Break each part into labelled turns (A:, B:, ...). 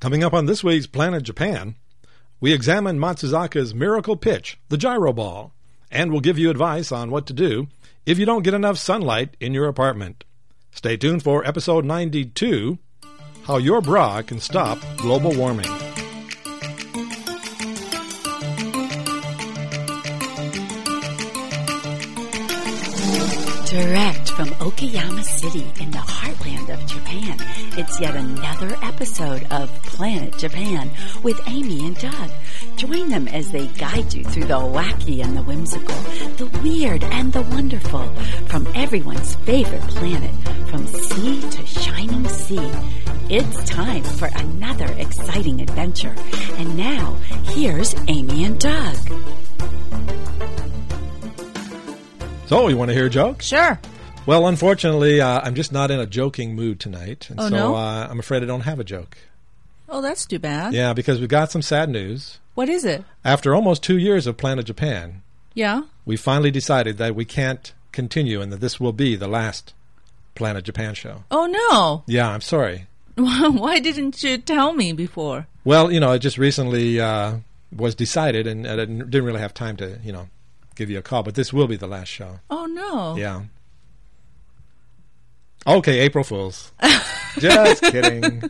A: Coming up on this week's Planet Japan, we examine Matsuzaka's miracle pitch, the gyro ball, and we'll give you advice on what to do if you don't get enough sunlight in your apartment. Stay tuned for episode 92 How Your Bra Can Stop Global Warming.
B: Direct from Okayama City in the heartland of Japan, it's yet another episode of Planet Japan with Amy and Doug. Join them as they guide you through the wacky and the whimsical, the weird and the wonderful, from everyone's favorite planet, from sea to shining sea. It's time for another exciting adventure. And now, here's Amy and Doug.
A: So, you want to hear jokes?
C: Sure.
A: Well, unfortunately, uh, I'm just not in a joking mood tonight. And
C: Oh,
A: so
C: no?
A: uh, I'm afraid I don't have a joke.
C: Oh, that's too bad.
A: Yeah, because we've got some sad news.
C: What is it?
A: After almost two years of Planet Japan,
C: Yeah.
A: we finally decided that we can't continue and that this will be the last Planet Japan show.
C: Oh no.
A: Yeah, I'm sorry.
C: Why didn't you tell me before?
A: Well, you know, it just recently uh, was decided, and I didn't didn't really have time to, you know, give you a call. But this will be the last show.
C: Oh no.
A: Yeah. Okay, April Fools. just kidding.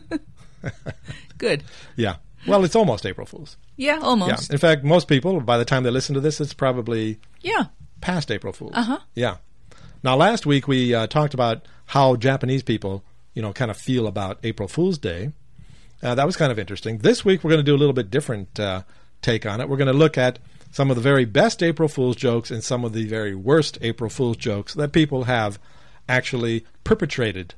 C: Good.
A: Yeah. Well, it's almost April Fools.
C: Yeah,
A: Yeah.
C: almost.
A: In fact, most people, by the time they listen to this, it's probably
C: Yeah.
A: past April Fools.
C: Uh-huh.
A: Yeah. Now, last week we uh, talked about how Japanese people, you know, kind of feel about April Fool's Day. Uh, that was kind of interesting. This week we're going to do a little bit different uh, take on it. We're going to look at some of the very best April Fool's jokes and some of the very worst April Fool's jokes that people have actually perpetrated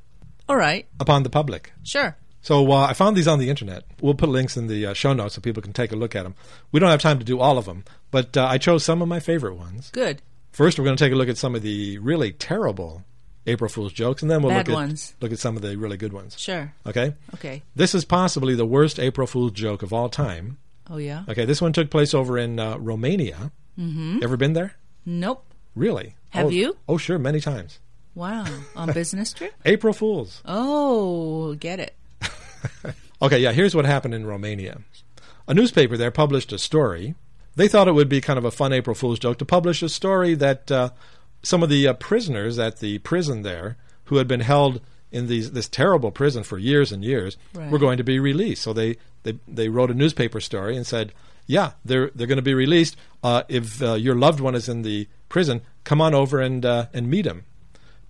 C: All right.
A: upon the public.
C: Sure.
A: So uh, I found these on the internet. We'll put links in the uh, show notes so people can take a look at them. We don't have time to do all of them, but uh, I chose some of my favorite ones.
C: Good.
A: First, we're going to take a look at some of the really terrible April Fool's jokes, and then we'll
C: Bad
A: look at,
C: ones.
A: look at some of the really good ones.
C: Sure.
A: Okay?
C: Okay.
A: This is possibly the worst April Fool's joke of all time.
C: Oh yeah.
A: Okay, this one took place over in uh, Romania. Mm-hmm. Ever been there?
C: Nope.
A: Really?
C: Have
A: Oh,
C: you?
A: Oh, sure, many times.
C: Wow. On business trip?
A: April Fools.
C: Oh, get it.
A: Okay, yeah, here's what happened in Romania. A newspaper there published a story. They thought it would be kind of a fun April Fool's joke to publish a story that uh, some of the uh, prisoners at the prison there, who had been held in these, this terrible prison for years and years,
C: Right.
A: were going to be released. So they, they, they wrote a newspaper story and said, Yeah, they're, they're going to be released. Uh, if uh, your loved one is in the prison, come on over and, uh, and meet him.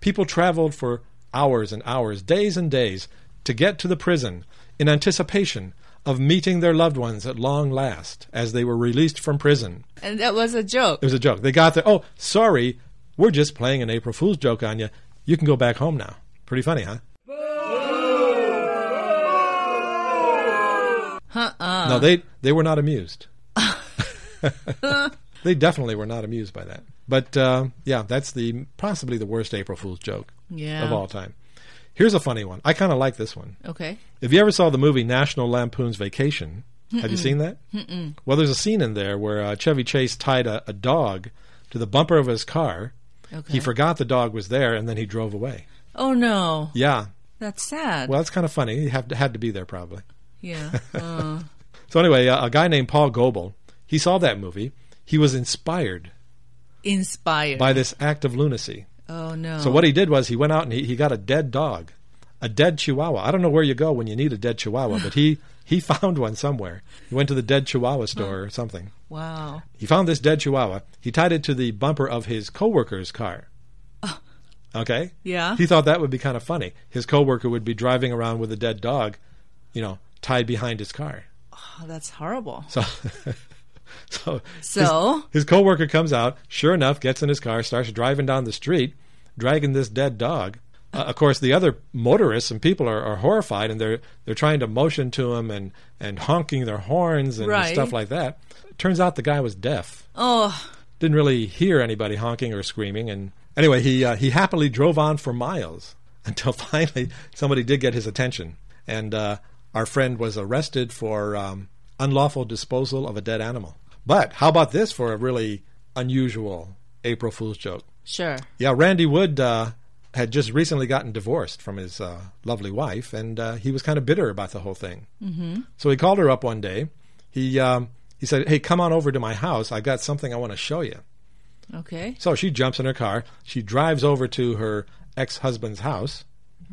A: People traveled for hours and hours, days and days, to get to the prison in anticipation of meeting their loved ones at long last as they were released from prison.
C: And Uh, that was a joke.
A: It was a joke. They got there. Oh, sorry, we're just playing an April Fool's joke on you. You can go back home now. Pretty funny, huh? No, they they were not amused. they definitely were not amused by that. But uh, yeah, that's the possibly the worst April Fool's joke
C: Yeah.
A: of all time. Here's a funny one. I kind of like this one.
C: Okay.
A: If you ever saw the movie National Lampoon's Vacation, have you seen that? Mm-mm. Well, there's a scene in there where uh, Chevy Chase tied a, a dog to the bumper of his car.
C: Okay.
A: He forgot the dog was there, and then he drove away.
C: oh no.
A: Yeah,
C: That's sad.
A: well, that's kind of funny. He had to, had to be there probably.
C: yeah. Uh,
A: So anyway, uh, a guy named Paul Goebel, he saw that movie. He was inspired
C: inspired.
A: by this act of lunacy.
C: oh no.
A: So what he did was he went out and he, he got a dead dog, a dead chihuahua. I don't know where you go when you need a dead chihuahua, but he, he found one somewhere. He went to the dead chihuahua store or something.
C: Wow.
A: He found this dead chihuahua. He tied it to the bumper of his coworker's car. Okay?
C: Oh. Yeah.
A: He thought that would be kind of funny. His coworker would be driving around with a dead dog, you know, tied behind his car.
C: Oh, that's horrible.
A: So, so,
C: So?
A: his, his coworker comes out. Sure enough, gets in his car, starts driving down the street, dragging this dead dog. Uh, of course, the other motorists and people are, are horrified, and they're they're trying to motion to him and and honking their horns and
C: Right.
A: stuff like that. Turns out the guy was deaf,
C: Oh,
A: didn't really hear anybody honking or screaming. And anyway, he uh, he happily drove on for miles until finally somebody did get his attention, and uh, our friend was arrested for um, unlawful disposal of a dead animal. But how about this for a really unusual April Fool's joke?
C: sure.
A: Yeah, Randy Wood uh, had just recently gotten divorced from his uh, lovely wife, and uh, he was kind of bitter about the whole thing. Mm-hmm. So he called her up one day. He um, he said, "Hey, come on over to my house. I've got something I want to show you."
C: Okay.
A: So she jumps in her car. She drives over to her ex-husband's house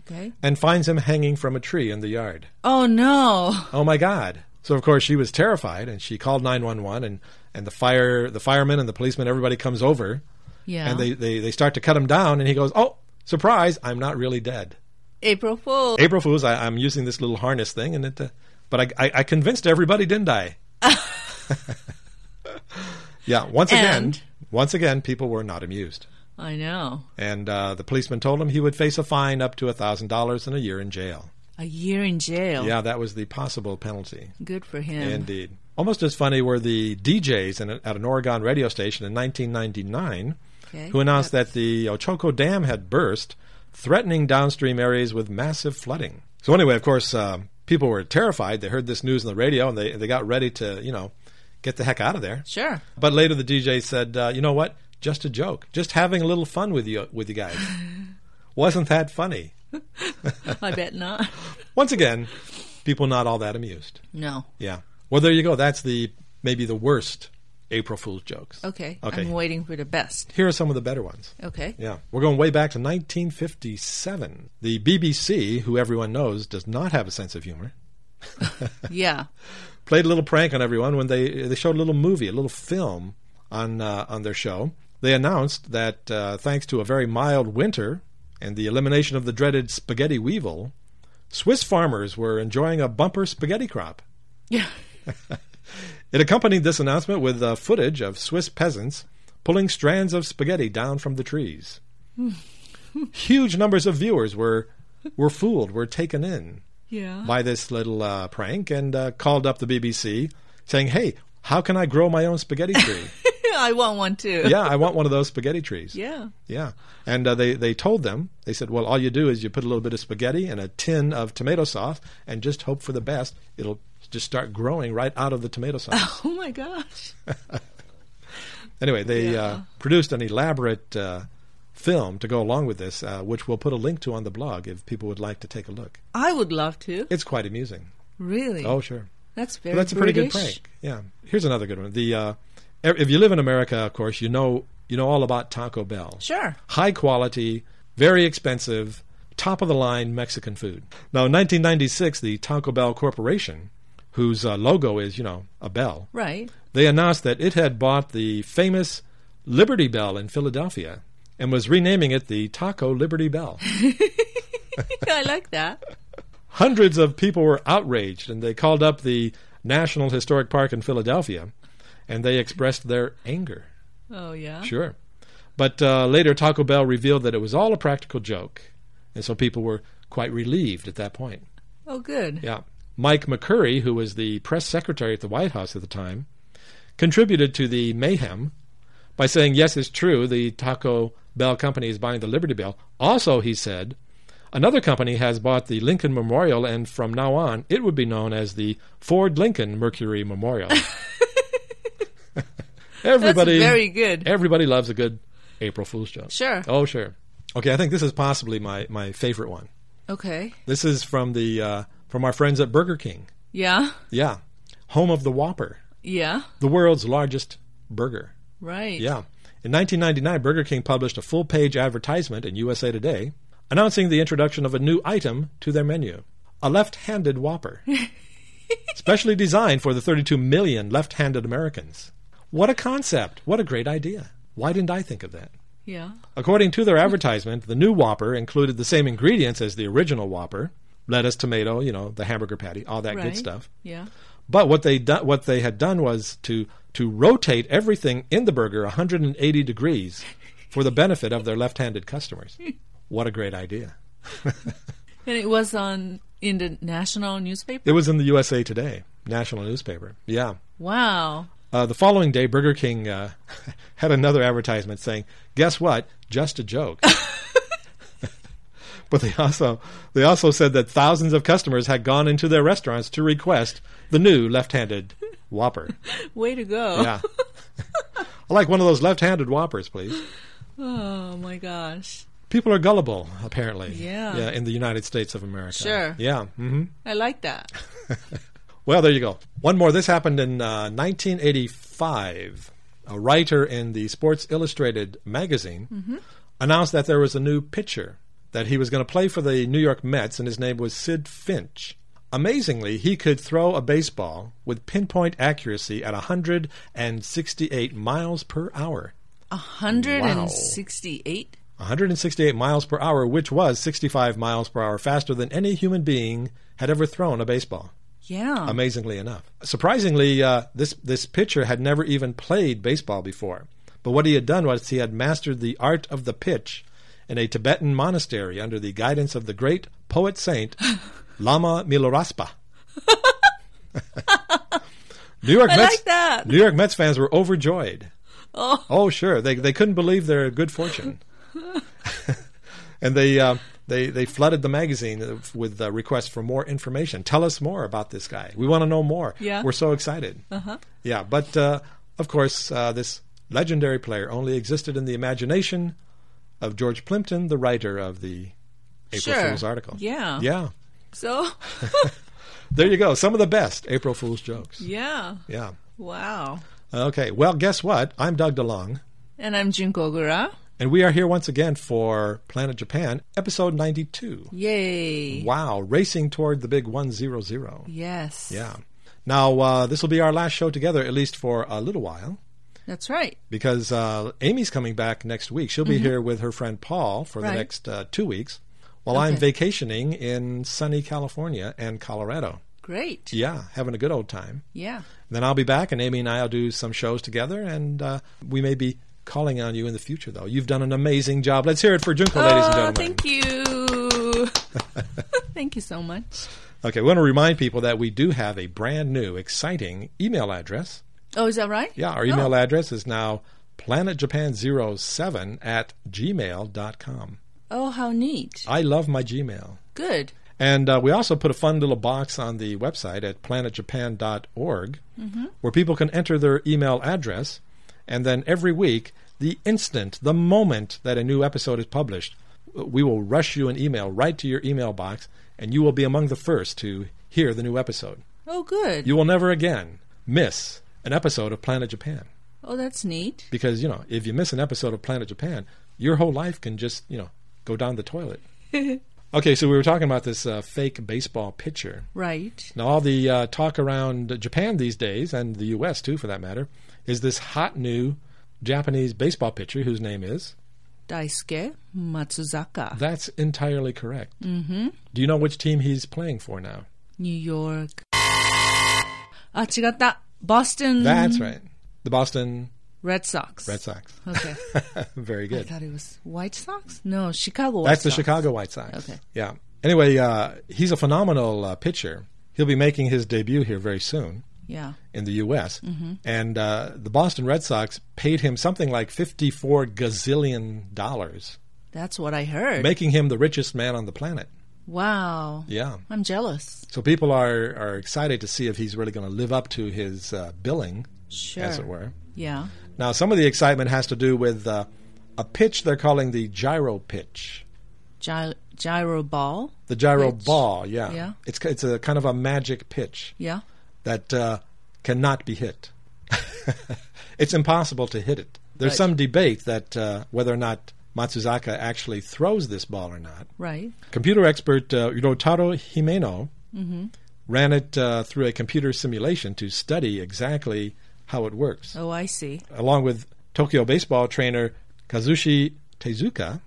C: Okay.
A: and finds him hanging from a tree in the yard.
C: Oh no.
A: Oh my God! So of course she was terrified, and she called nine one one, and and the fire, the firemen, and the policemen, everybody comes over,
C: Yeah.
A: and they, they they start to cut him down, and he goes, "Oh, surprise! I'm not really dead."
C: April Fool.
A: April Fools, I, I'm using this little harness thing, and it, uh, but I, I, I convinced everybody, didn't I? yeah. Once
C: And?
A: again, once again, people were not amused,
C: I know.
A: and uh, the policeman told him he would face a fine up to thousand dollars and a year in jail.
C: A year in jail.
A: Yeah, that was the possible penalty.
C: Good for him.
A: Indeed. Almost as funny were the DJs in, at an Oregon radio station in 1999
C: Okay.
A: who announced that the Ochoco Dam had burst, threatening downstream areas with massive flooding. So, anyway, of course, um, people were terrified. They heard this news on the radio and they, they got ready to, you know, get the heck out of there.
C: Sure.
A: But later the DJ said, uh, you know what? Just a joke. Just having a little fun with you, with you guys. Wasn't that funny?
C: I bet not.
A: Once again, people not all that amused.
C: No.
A: Yeah. Well, there you go. That's the maybe the worst April Fool's jokes.
C: Okay.
A: Okay.
C: I'm waiting for the best.
A: Here are some of the better ones.
C: Okay.
A: Yeah. We're going way back to 1957. The BBC, who everyone knows does not have a sense of humor,
C: Yeah.
A: played a little prank on everyone when they they showed a little movie, a little film on uh, on their show. They announced that uh, thanks to a very mild winter and the elimination of the dreaded spaghetti weevil, Swiss farmers were enjoying a bumper spaghetti crop.
C: Yeah.
A: It accompanied this announcement with uh, footage of Swiss peasants pulling strands of spaghetti down from the trees. Huge numbers of viewers were were fooled, were taken in
C: Yeah.
A: by this little uh, prank, and uh, called up the BBC saying, "Hey, how can I grow my own spaghetti tree?
C: I want one too.
A: yeah, I want one of those spaghetti trees."
C: Yeah.
A: Yeah. And uh, they, they told them, they said, well, all you do is you put a little bit of spaghetti and a tin of tomato sauce and just hope for the best. It'll just start growing right out of the tomato sauce.
C: Oh my gosh.
A: Anyway, they
C: Yeah.
A: uh, produced an elaborate uh, film to go along with this, uh, which we'll put a link to on the blog if people would like to take a look.
C: I would love to.
A: It's quite amusing.
C: Really?
A: Oh, sure.
C: that's very
A: Well, that's a pretty good
C: British.
A: prank. Yeah. Here's another good one. The uh, e- if you live in America, of course, you know you know all about Taco Bell.
C: Sure.
A: High quality, very expensive, top of the line Mexican food. Now, in 1996, the Taco Bell Corporation, whose uh, logo is you know a bell,
C: Right.
A: they announced that it had bought the famous Liberty Bell in Philadelphia and was renaming it the Taco Liberty Bell.
C: I like that.
A: Hundreds of people were outraged and they called up the National Historic Park in Philadelphia and they expressed their anger.
C: Oh yeah.
A: Sure. But uh, later, Taco Bell revealed that it was all a practical joke. And so people were quite relieved at that point.
C: Oh good.
A: Yeah. Mike McCurry, who was the press secretary at the White House at the time, contributed to the mayhem by saying, Yes, it's true, the Taco Bell company is buying the Liberty Bell. Also, he said, another company has bought the Lincoln Memorial, and from now on, it would be known as the Ford Lincoln Mercury Memorial.
C: That's
A: everybody,
C: very good.
A: everybody loves a good April Fool's joke.
C: Sure.
A: Oh, sure. Okay, I think this is possibly my, my favorite one.
C: Okay.
A: This is from the uh, from our friends at Burger King.
C: Yeah.
A: Yeah, home of the Whopper,
C: Yeah.
A: the world's largest burger.
C: Right.
A: Yeah. In 1999, Burger King published a full-page advertisement in USA Today announcing the introduction of a new item to their menu, a left-handed Whopper, specially designed for the 32 million left-handed Americans. What a concept! What a great idea! Why didn't I think of that?
C: Yeah.
A: According to their advertisement, the new Whopper included the same ingredients as the original Whopper lettuce, tomato, you know, the hamburger patty, all that
C: Right.
A: good stuff.
C: Yeah.
A: But what they, do- what they had done was to, to rotate everything in the burger 180 degrees for the benefit of their left handed customers. What a great idea.
C: And it was on in the national newspaper.
A: It was in the USA Today, national newspaper. Yeah.
C: Wow.
A: Uh, the following day, Burger King uh, had another advertisement saying, "Guess what? Just a joke." but they also they also said that thousands of customers had gone into their restaurants to request the new left-handed Whopper.
C: Way to go.
A: Yeah, I like one of those left-handed Whoppers, please.
C: Oh my gosh.
A: People are gullible, apparently.
C: Yeah.
A: Yeah, in the United States of America.
C: Sure.
A: Yeah. hmm
C: I like that.
A: Well, there you go. One more. This happened in uh, 1985. A writer in the Sports Illustrated magazine announced that there was a new pitcher that he was going to play for the New York Mets, and his name was Sid Finch. Amazingly, he could throw a baseball with pinpoint accuracy at 168 miles per hour.
C: 168?
A: 168 miles per hour, which was 65 miles per hour faster than any human being had ever thrown a baseball.
C: Yeah.
A: amazingly enough. Surprisingly, uh, this this pitcher had never even played baseball before. But what he had done was he had mastered the art of the pitch in a Tibetan monastery under the guidance of the great poet saint Lama Milarepa. New York
C: I
A: Mets,
C: like that.
A: New York Mets fans were overjoyed. Oh, sure, they they couldn't believe their good fortune, and they. Uh, they, they flooded the magazine with uh, requests for more information. Tell us more about this guy. We want to know more.
C: Yeah.
A: We're so excited. Uh-huh. Yeah, but uh, of course, uh, this legendary player only existed in the imagination of George Plimpton, the writer of the April
C: Sure.
A: Fool's article.
C: Yeah.
A: Yeah.
C: So,
A: There you go. Some of the best April Fool's jokes.
C: yeah.
A: Yeah.
C: Wow.
A: Okay. Well, guess what? I'm Doug DeLong,
C: And I'm Jun Kogura.
A: and we are here once again for Planet Japan, episode 92.
C: Yay.
A: Wow. Racing toward the big 100.
C: Yes.
A: Yeah. Now, uh, this will be our last show together, at least for a little while,
C: That's right.
A: because uh, Amy's coming back next week. She'll be here with her friend Paul for the
C: Mm-hmm. Right.
A: next uh, two weeks, while I'm
C: Okay.
A: vacationing in sunny California and Colorado.
C: Great.
A: Yeah, having a good old time.
C: Yeah.
A: Then I'll be back, and Amy and I will do some shows together, and uh, we may be calling on you in the future, though. You've done an amazing job. Let's hear it for Junko, ladies and
C: Oh,
A: gentlemen.
C: thank you. thank you so much.
A: Okay, we want to remind people that we do have a brand new, exciting email address.
C: Oh, is that right?
A: Yeah, our email address is now planetjapan07 at gmail.com.
C: Oh, how neat.
A: I love my Gmail.
C: Good.
A: And uh, we also put a fun little box on the website at planetjapan.org where people can enter their email address. And then every week, the instant, the moment that a new episode is published, we will rush you an email right to your email box, and you will be among the first to hear the new episode.
C: Oh, good.
A: You will never again miss an episode of Planet Japan.
C: Oh, that's neat.
A: because you know if you miss an episode of planet japan your whole life can just you know go down the toilet okay so we were talking about this uh, fake baseball pitcher
C: Right.
A: now all the uh, talk around japan these days and the us too for that matter is this hot new japanese baseball pitcher whose name is
C: Daisuke Matsuzaka.
A: that's entirely correct mm-hmm. do you know which team he's playing for now
C: New York. あ、違った。Boston
A: that's right the boston
C: Red Sox.
A: red sox
C: Okay.
A: very
C: I
A: good
C: thought it was White Sox? No, Chicago White
A: That's the
C: Sox.
A: Chicago White Sox.
C: Okay.
A: Yeah. Anyway, uh, he's a phenomenal uh, pitcher. He'll be making his debut here very soon
C: Yeah.
A: in the U.S.
C: Mm-hmm.
A: And uh, the Boston Red Sox paid him something like fifty-four gazillion dollars,
C: That's what I heard.
A: making him the richest man on the planet.
C: wow.
A: Yeah.
C: I'm jealous.
A: So people are are excited to see if he's really going to live up to his uh, billing,
C: Sure.
A: as it were.
C: Yeah.
A: Now, some of the excitement has to do with uh, a pitch they're calling the gyro pitch.
C: Gy- gyro ball.
A: The gyro
C: Pitch.
A: ball, yeah.
C: Yeah.
A: It's it's a kind of a magic pitch
C: Yeah.
A: that uh, cannot be hit. it's impossible to hit it. There's
C: Right.
A: some debate that uh, whether or not Matsuzaka actually throws this ball or not.
C: Right.
A: Computer expert uh, Rotaro Himeno ran it uh, through a computer simulation to study exactly how it works
C: Oh, I see.
A: along with Tokyo baseball trainer Kazushi Tezuka,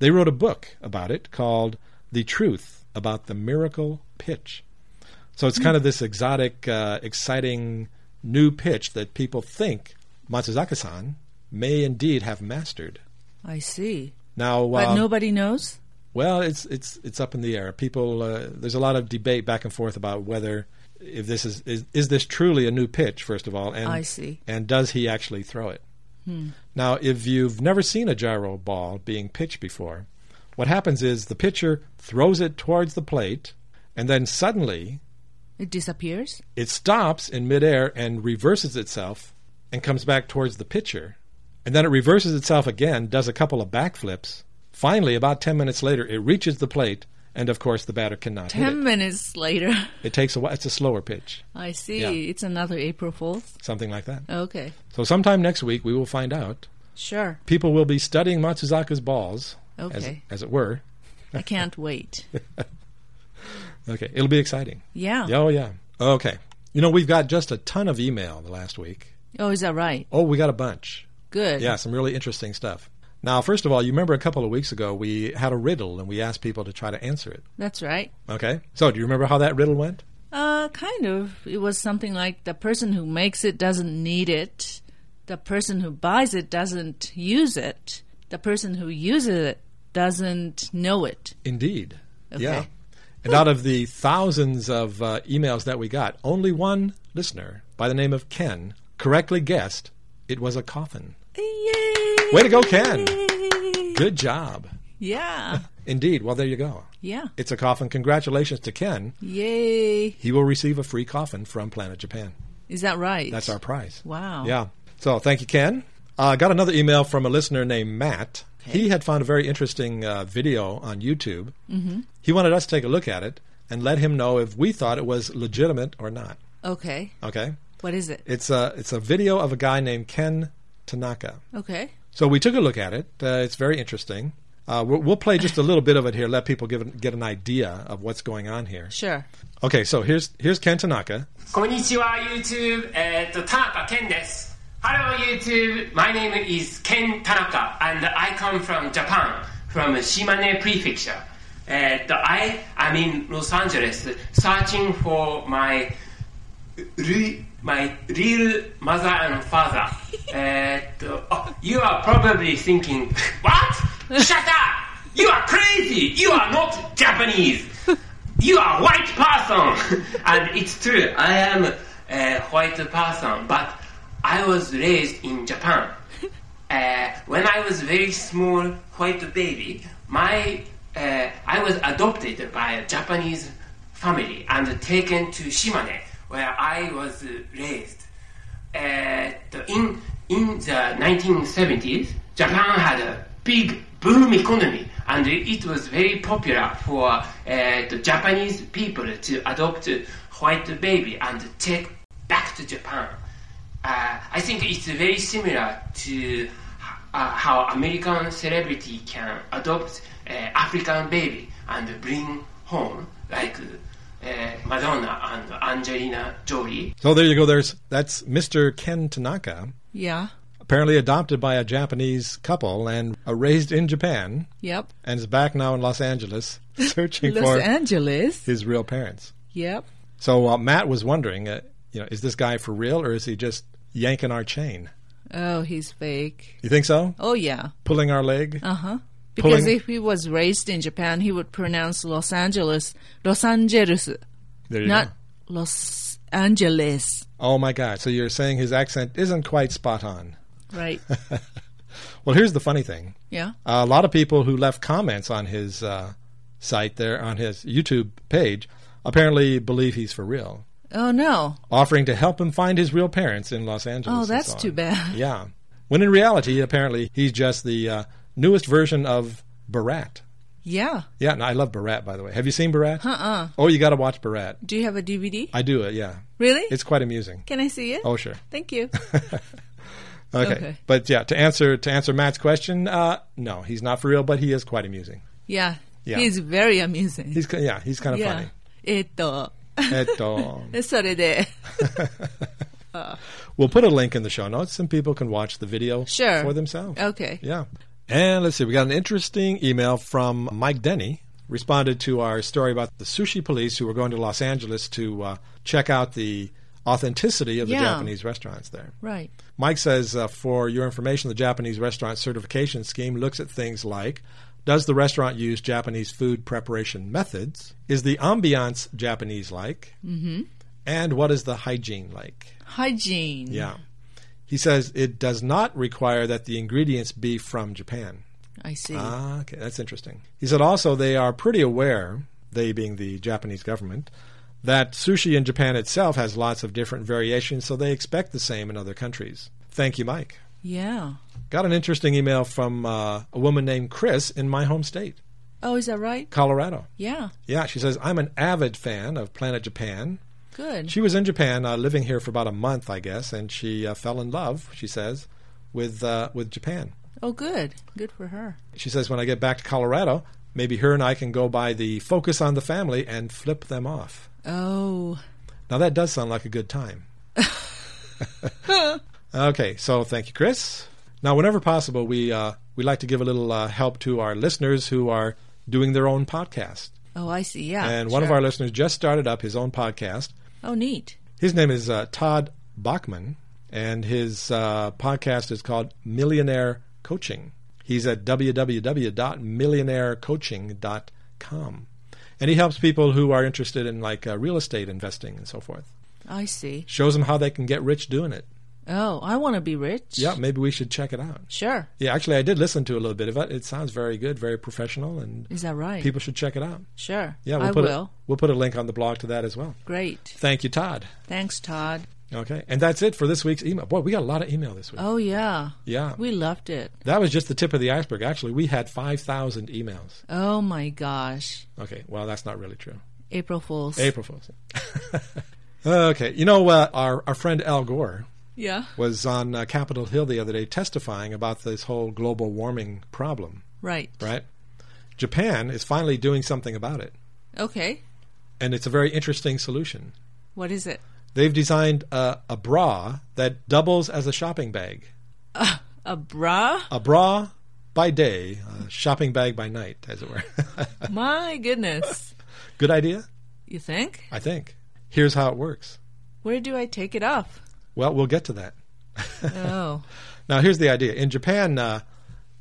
A: they wrote a book about it called The Truth About the Miracle Pitch. So it's kind of this exotic, uh, exciting new pitch that people think Matsuzaka san may indeed have mastered.
C: I see.
A: Now,
C: But
A: uh,
C: nobody knows?
A: well, it's it's it's up in the air. People, uh, there's a lot of debate back and forth about whether if this is is, is this truly a new pitch, first of all, and
C: I see. Hmm.
A: and does he actually throw it? Now, if you've never seen a gyro ball being pitched before, what happens is the pitcher throws it towards the plate, and then suddenly
C: It disappears?
A: it stops in midair and reverses itself and comes back towards the pitcher. And then it reverses itself again, does a couple of backflips, Finally, about 10 minutes later, it reaches the plate, and of course, the batter cannot hit
C: Ten
A: it.
C: minutes later.
A: It takes a while. It's a slower pitch,
C: I see.
A: Yeah.
C: It's another April Fool's.
A: something like that.
C: Okay.
A: So, sometime next week, we will find out.
C: Sure.
A: People will be studying Matsuzaka's balls,
C: Okay.
A: as, as it were.
C: I can't wait.
A: Okay, it'll be exciting.
C: Yeah.
A: Oh, yeah. Okay. You know, we've got just a ton of email the last week.
C: Oh, is that right?
A: Oh, we got a bunch.
C: Good.
A: Yeah, some really interesting stuff. Now, first of all, you remember a couple of weeks ago we had a riddle and we asked people to try to answer it.
C: That's right.
A: Okay? So, do you remember how that riddle went?
C: Uh, kind of. It was something like the person who makes it doesn't need it. The person who buys it doesn't use it. The person who uses it doesn't know it.
A: Indeed.
C: Okay.
A: Yeah. And out of the thousands of uh, emails that we got, only one listener by the name of Ken correctly guessed it was a coffin.
C: Yay!
A: Way to go, Ken! Good job.
C: Yeah.
A: Indeed. Well, there you go.
C: Yeah.
A: It's a coffin. Congratulations to Ken.
C: Yay.
A: He will receive a free coffin from Planet Japan.
C: Is that right?
A: That's our prize.
C: Wow.
A: Yeah. So thank you, Ken. I uh, got another email from a listener named Matt. He had found a very interesting uh, video on YouTube. Mm-hmm. He wanted us to take a look at it and let him know if we thought it was legitimate or not.
C: Okay.
A: Okay.
C: What is it?
A: It's a, it's a video of a guy named Ken Tanaka.
C: Okay.
A: So we took a look at it. Uh, it's very interesting. Uh, we'll, we'll play just a little bit of it here, let people give, get an idea of what's going on here.
C: Sure.
A: Okay, so here's, here's Ken Tanaka.
D: こんにちは YouTube、えーっと田中健です Hello YouTube my name is Ken Tanaka and I come from Japan from Shimane Prefecture えーっと I am in Los Angeles searching for my re, my real mother and father えーっと、あ You are probably thinking What? Shut up! You are crazy! You are not Japanese! you are white person and it's true i am a white person but i was raised in japan uh, when i was very small white baby my uh, i was adopted by a japanese family and taken to shimane where i was uh, raised uh, in in the 1970s, Japan had a big boom economy, and it was very popular for uh, the Japanese people to adopt white baby and take back to Japan. Uh, I think it's very similar to uh, how American celebrity can adopt uh, African baby and bring home, like uh, Madonna and Angelina Jolie.
A: So there you go. There's that's Mr. Ken Tanaka,
C: Yeah.
A: apparently adopted by a Japanese couple and uh, raised in Japan,
C: Yep.
A: and is back now in Los Angeles searching
C: Los
A: for
C: Angeles.
A: his real parents.
C: Yep.
A: So uh, Matt was wondering, uh, you know, is this guy for real or is he just yanking our chain?
C: Oh, he's fake.
A: You think so?
C: Oh, yeah.
A: Pulling our leg?
C: Uh huh. Because
A: Pulling-
C: if he was raised in Japan, he would pronounce Los Angeles Los Angeles,
A: there you
C: not
A: go.
C: Los Angeles.
A: Oh my God! So you're saying his accent isn't quite spot on?
C: Right.
A: Well, here's the funny thing.
C: yeah.
A: a lot of people who left comments on his uh, site there on his YouTube page apparently believe he's for real,
C: Oh no.
A: offering to help him find his real parents in Los Angeles.
C: Oh,
A: and
C: that's
A: so on.
C: too bad.
A: Yeah, when in reality, apparently he's just the uh, newest version of Barat.
C: Yeah.
A: Yeah, and I love Barat by the way. Have you seen Barat? Uh uh
C: Uh-uh.
A: Oh, you got to watch Barat.
C: Do you have a DVD?
A: I do it. Yeah,
C: Really?
A: it's quite amusing.
C: Can I see it?
A: Oh, sure.
C: Thank you.
A: Okay.
C: Okay.
A: but yeah, to answer to answer Matt's question, uh, no, he's not for real, but he is quite amusing.
C: Yeah.
A: Yeah.
C: He's very amusing.
A: He's ki- yeah, he's kind of
C: yeah.
A: funny.
C: えっ と、
A: Eto.
C: それ で、
A: We'll put a link in the show notes and people can watch the video
C: Sure.
A: for themselves.
C: okay.
A: Yeah. And let's see, we got an interesting email from Mike Denny. Responded to our story about the sushi police who were going to Los Angeles to uh, check out the authenticity of the
C: Yeah.
A: Japanese restaurants there.
C: Right.
A: Mike says, uh, for your information, the Japanese restaurant certification scheme looks at things like Does the restaurant use Japanese food preparation methods? Is the ambiance Japanese like? Mm-hmm. And what is the hygiene like?
C: Hygiene.
A: Yeah. He says it does not require that the ingredients be from Japan.
C: I see.
A: Ah, okay, that's interesting. He said also they are pretty aware, they being the Japanese government, that sushi in Japan itself has lots of different variations, so they expect the same in other countries. Thank you, Mike.
C: Yeah.
A: Got an interesting email from uh, a woman named Chris in my home state,
C: Oh, is that right?
A: Colorado.
C: Yeah.
A: Yeah, she says, I'm an avid fan of Planet Japan.
C: Good.
A: She was in Japan, uh, living here for about a month, I guess, and she uh, fell in love, she says, with, uh, with Japan.
C: oh, good. Good for her.
A: She says, when I get back to Colorado, maybe her and I can go by the Focus on the Family and flip them off.
C: Oh,
A: Now, that does sound like a good time. okay, so thank you, Chris. Now, whenever possible, we, uh, we like to give a little uh, help to our listeners who are doing their own podcast.
C: oh, I see. Yeah.
A: And one of
C: sure.
A: our listeners just started up his own podcast.
C: Oh, neat.
A: His name is uh, Todd Bachman, and his uh, podcast is called Millionaire Coaching. He's at www.millionairecoaching.com. And he helps people who are interested in like uh, real estate investing and so forth.
C: I see.
A: Shows them how they can get rich doing it.
C: Oh, I want to be rich.
A: Yeah, maybe we should check it out.
C: Sure.
A: Yeah, actually, I did listen to a little bit of it. It sounds very good, very professional, and
C: Is that right?
A: people should check it out.
C: sure.
A: Yeah, we'll
C: I
A: put
C: will.
A: A, we'll put a link on the blog to that as well.
C: Great.
A: Thank you, Todd.
C: Thanks, Todd.
A: Okay, and that's it for this week's email. Boy, we got a lot of email this week.
C: Oh, yeah.
A: Yeah.
C: We loved it.
A: that was just the tip of the iceberg. Actually, we had 5,000 emails.
C: Oh, my gosh.
A: Okay, well, that's not really true.
C: April Fool's.
A: April Fool's. okay, you know, uh, our, our friend Al Gore
C: yeah.
A: was on uh, Capitol Hill the other day testifying about this whole global warming problem,
C: Right.
A: right? Japan is finally doing something about it,
C: Okay.
A: and it's a very interesting solution.
C: What is it?
A: They've designed uh, a bra that doubles as a shopping bag.
C: A bra?
A: a bra by day, a shopping bag by night, as it were.
C: My goodness.
A: Good idea,
C: You think?
A: I think. Here's how it works.
C: Where do I take it off?
A: Well, we'll get to that.
C: Oh.
A: Now, here's the idea. In Japan, uh,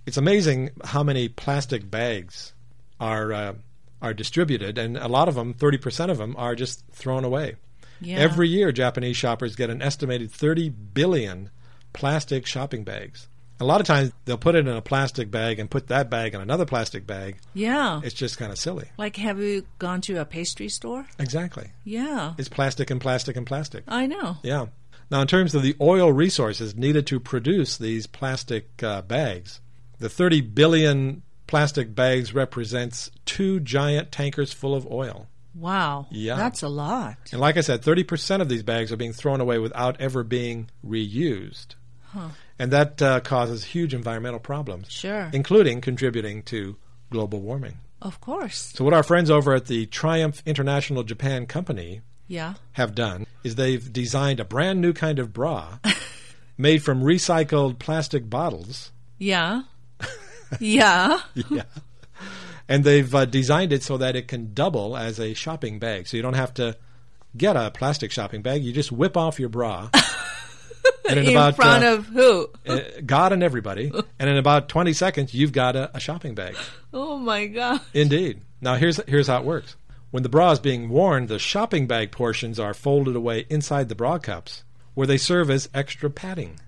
A: it's amazing how many plastic bags are uh, are distributed, and a lot of them, 30% of them, are just thrown away.
C: Yeah.
A: Every year, Japanese shoppers get an estimated 30 billion plastic shopping bags. A lot of times, they'll put it in a plastic bag and put that bag in another plastic bag.
C: Yeah.
A: It's just kind of silly.
C: Like, have you gone to a pastry store?
A: Exactly.
C: Yeah.
A: It's plastic and plastic and plastic.
C: I know.
A: Yeah. Now, in terms of the oil resources needed to produce these plastic uh, bags, the 30 billion plastic bags represents two giant tankers full of oil.
C: Wow.
A: Yeah.
C: That's a lot.
A: And like I said, 30% of these bags are being thrown away without ever being reused. And that uh, causes huge environmental problems,
C: Sure.
A: including contributing to global warming.
C: Of course.
A: So, what our friends over at the Triumph International Japan Company
C: Yeah.
A: have done is they've designed a brand new kind of bra made from recycled plastic bottles.
C: Yeah. yeah.
A: Yeah. And they've uh, designed it so that it can double as a shopping bag. So you don't have to get a plastic shopping bag. You just whip off your bra. and
C: In front of who?
A: of uh, God and everybody. And in about 20 seconds, you've got a, a shopping bag.
C: Oh my god.
A: Indeed. Now here's here's how it works. When the bra is being worn, the shopping bag portions are folded away inside the bra cups, where they serve as extra padding,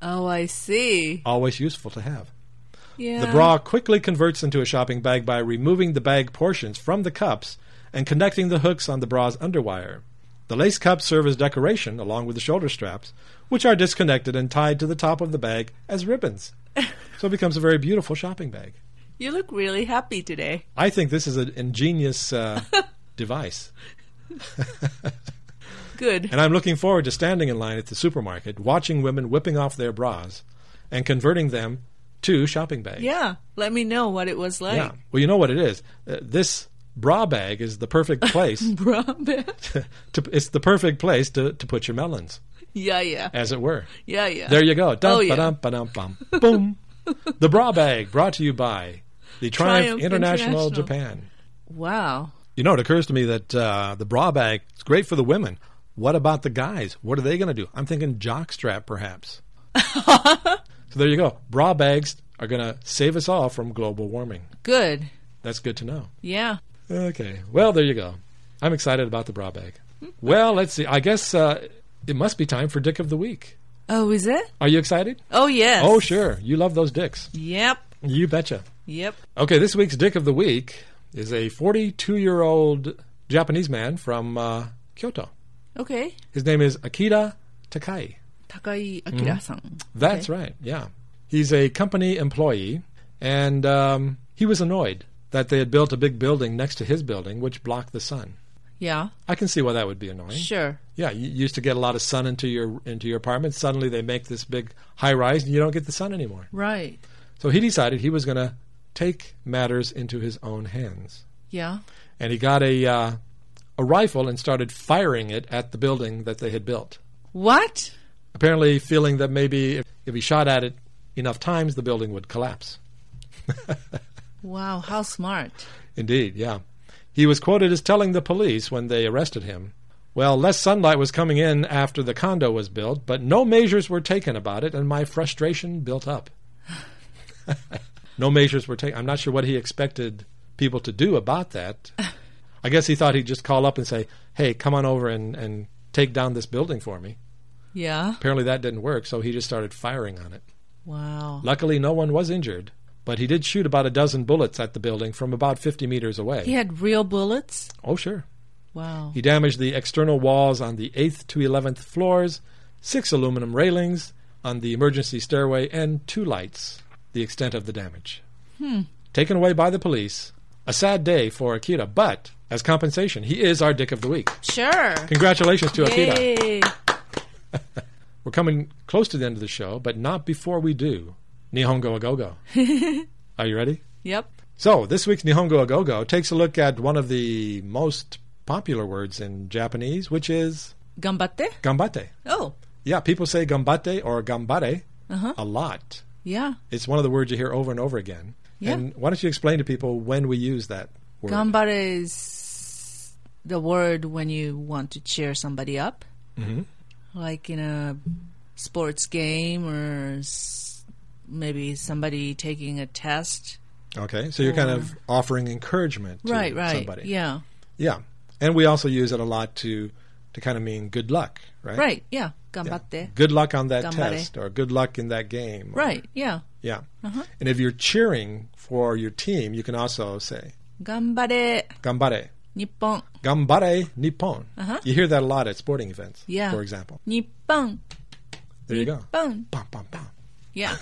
C: Oh, I see.
A: always useful to have.
C: Yeah.
A: The bra quickly converts into a shopping bag by removing the bag portions from the cups and connecting the hooks on the bra's underwire. The lace cups serve as decoration along with the shoulder straps, which are disconnected and tied to the top of the bag as ribbons. so it becomes a very beautiful shopping bag.
C: You look really happy today.
A: I think this is an ingenious uh, device.
C: Good.
A: And I'm looking forward to standing in line at the supermarket, watching women whipping off their bras and converting them to shopping bags.
C: Yeah. Let me know what it was like.
A: Yeah. Well, you know what it is. Uh, this bra bag is the perfect place.
C: Bra bag.
A: to, it's the perfect place to, to put your melons,
C: yeah, yeah.
A: as it were.
C: Yeah, yeah.
A: There you go. Dum,
C: Oh, yeah.
A: ba-dum, ba-dum, bum. Boom. the bra bag brought to you by the Triumph,
C: Triumph
A: International,
C: International.
A: Japan.
C: Wow.
A: You know, it occurs to me that uh, the bra bag is great for the women. What about the guys? What are they going to do? I'm thinking jockstrap, perhaps. so there you go. Bra bags are going to save us all from global warming.
C: Good.
A: That's good to know.
C: Yeah.
A: Okay. Well, there you go. I'm excited about the bra bag. Well, let's see. I guess uh, it must be time for Dick of the Week.
C: Oh, is it?
A: Are you excited?
C: Oh, yes.
A: Oh, sure. You love those dicks.
C: Yep.
A: You betcha.
C: Yep.
A: Okay, this week's Dick of the Week is a 42 year old Japanese man from uh, Kyoto.
C: Okay.
A: His name is Akira Takai.
C: Takai Akira-san.
A: That's right. Yeah. He's a company employee, and um, he was annoyed that they had built a big building next to his building, which blocked the sun.
C: Yeah,
A: I can see why that would be annoying.
C: sure.
A: Yeah, you used to get a lot of sun into your into your apartment. Suddenly, they make this big high rise, and you don't get the sun anymore.
C: Right.
A: So he decided he was going to take matters into his own hands,
C: Yeah.
A: and he got a uh, a rifle and started firing it at the building that they had built.
C: What?
A: Apparently, feeling that maybe if, if he shot at it enough times, the building would collapse.
C: Wow, how smart.
A: Indeed, yeah. He was quoted as telling the police when they arrested him, Well, less sunlight was coming in after the condo was built, but no measures were taken about it, and my frustration built up. no measures were taken. I'm not sure what he expected people to do about that. I guess he thought he'd just call up and say, Hey, come on over and, and take down this building for me.
C: Yeah.
A: Apparently that didn't work, so he just started firing on it.
C: Wow.
A: Luckily, no one was injured, but he did shoot about a dozen bullets at the building from about 50 meters away.
C: He had real bullets?
A: Oh, sure.
C: Wow.
A: He damaged the external walls on the 8th to 11th floors, six aluminum railings on the emergency stairway, and two lights, the extent of the damage. Taken away by the police. A sad day for Akira, but as compensation, he is our dick of the week.
C: Sure.
A: Congratulations to Akira.
C: Yay.
A: We're coming close to the end of the show, but not before we do Nihongo Agogo. Are you ready?
C: Yep.
A: So, this week's Nihongo Agogo takes a look at one of the most popular words in Japanese, which is
C: Gambatte?
A: gambate.
C: Oh,
A: Yeah, people say gambate or gambare
C: Uh-huh.
A: a lot.
C: yeah.
A: It's one of the words you hear over and over again.
C: Yeah.
A: And why don't you explain to people when we use that word?
C: Gambare is the word when you want to cheer somebody up, mm-hmm. like in a sports game or s- maybe somebody taking a test.
A: okay, so you're kind of offering encouragement to
C: right, right.
A: somebody.
C: Yeah,
A: Yeah. And we also use it a lot to to kind of mean good luck, right?
C: right.
A: Yeah.
C: Yeah, gambatte.
A: Good luck on that
C: Gambare.
A: test or good luck in that game. or-
C: Right. Uh-huh. Yeah,
A: Yeah. And if you're cheering for your team, you can also say
C: gambare
A: gambare.
C: nippon.
A: Gambare Nippon.
C: Uh-huh.
A: You hear that a lot at sporting events,
C: Yeah.
A: for example.
C: Nippon.
A: There you go.
C: Nippon.
A: Bum, bum, bum.
C: Yeah.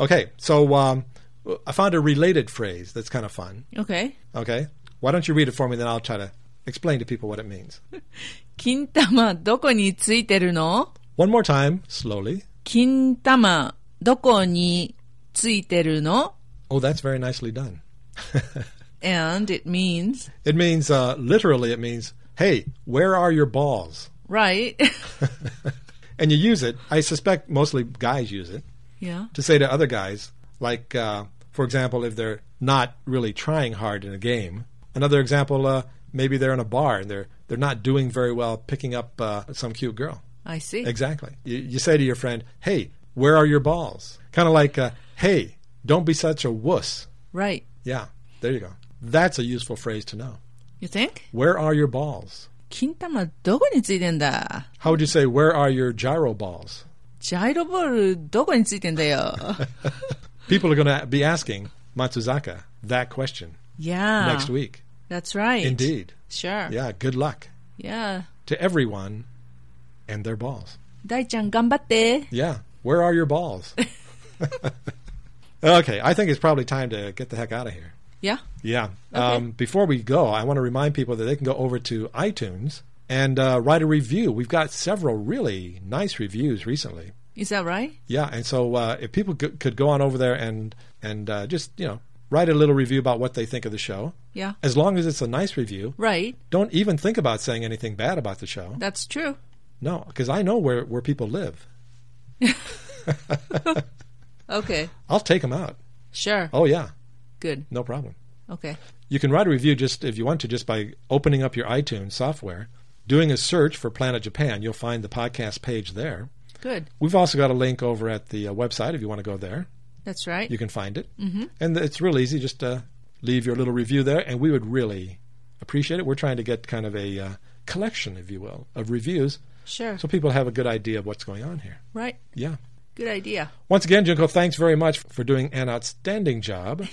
A: Okay, so um, I found a related phrase that's kind of fun.
C: okay.
A: Okay, why don't you read it for me, then I'll try to explain to people what it means.
C: 金玉どこについてるの
A: One more time, slowly.
C: 金玉どこについてるの
A: Oh, that's very nicely done.
C: And it means,
A: It means, uh, literally, it means, hey, where are your balls?
C: right?
A: And you use it, I suspect mostly guys use it,
C: yeah.
A: to say to other guys, like, uh, for example, if they're not really trying hard in a game. Another example, uh, maybe they're in a bar and they're, they're not doing very well picking up uh, some cute girl.
C: I see.
A: Exactly. You, you say to your friend, "Hey, where are your balls?" Kind of like, uh, "Hey, don't be such a wuss."
C: Right.
A: Yeah, there you go. That's a useful phrase to know.
C: You think?
A: Where are your balls?
C: 金玉どこについてんだ
A: How would you say, "Where are your gyro balls?"
C: ジャイロボールどこについてんだよ
A: People are going to be asking Matsuzaka that question
C: Yeah.
A: next week.
C: That's Ah. right.
A: Indeed.
C: Sure.
A: Yeah. Good luck
C: Yeah.
A: to everyone and their balls.
C: 大ちゃん頑張って
A: Yeah. Where are your balls? okay, I think it's probably time to get the heck out of here.
C: Yeah.
A: Yeah. Um, before we go, I want to remind people that they can go over to iTunes and uh, write a review. We've got several really nice reviews recently.
C: Is that right?
A: Yeah, and so uh, if people could could go on over there and and uh, just you know write a little review about what they think of the show,
C: Yeah.
A: as long as it's a nice review,
C: Right.
A: don't even think about saying anything bad about the show.
C: That's true.
A: No, because I know where where people live.
C: Okay.
A: I'll take them out.
C: Sure.
A: Oh yeah,
C: Good.
A: no problem.
C: Okay.
A: You can write a review just if you want to, just by opening up your iTunes software, doing a search for Planet Japan. You'll find the podcast page there.
C: Good.
A: We've also got a link over at the uh, website if you want to go there.
C: That's right.
A: You can find it. Mm-hmm. And it's real easy. Just uh, leave your little review there, and we would really appreciate it. We're trying to get kind of a uh, collection, if you will, of reviews
C: Sure.
A: so people have a good idea of what's going on here.
C: right.
A: Yeah.
C: Good idea.
A: Once again, Junko, thanks very much for doing an outstanding job.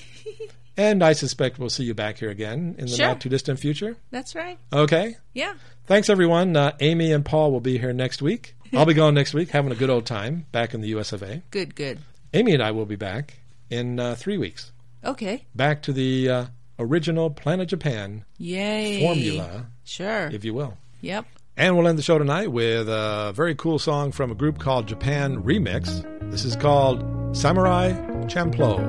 A: and I suspect we'll see you back here again in the
C: Sure.
A: not too distant future.
C: That's right.
A: Okay.
C: Yeah.
A: Thanks, everyone. Uh, Amy and Paul will be here next week. I'll be gone next week, having a good old time back in the U.S. of A.
C: Good, good.
A: Amy and I will be back in uh, three weeks,
C: Okay.
A: back to the uh, original Planet Japan
C: Yay.
A: formula,
C: Sure.
A: if you will.
C: yep.
A: And we'll end the show tonight with a very cool song from a group called Japan Remix. This is called Samurai Champloo.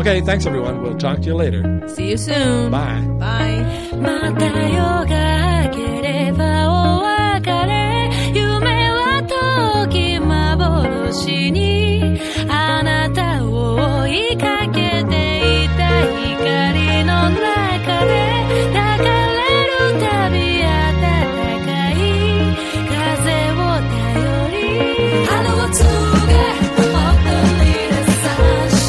A: Okay, thanks everyone. We'll talk to you later.
C: See you soon.
A: Bye.
C: Bye.
E: また夜が明ければお別れ夢は時幻にあなたを追いかけていた光の中で流れるたび暖かい風を頼り花を継げ本当に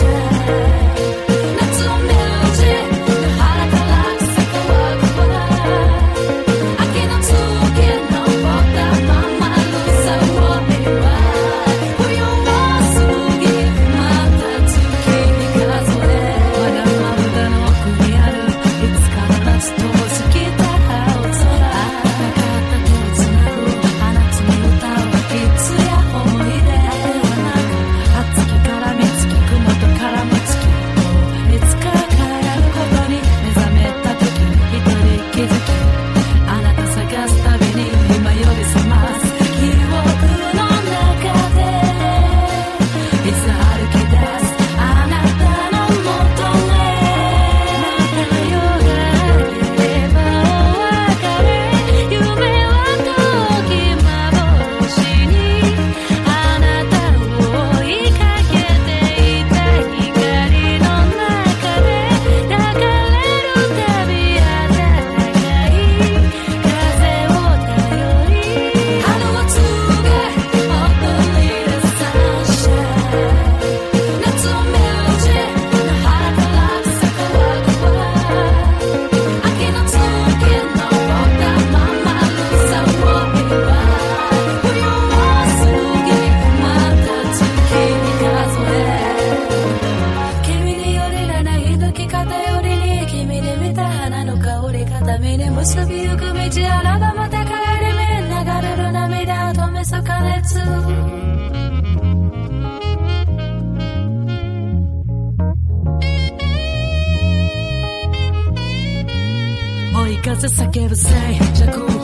E: 追い風叫ぶ Say 弱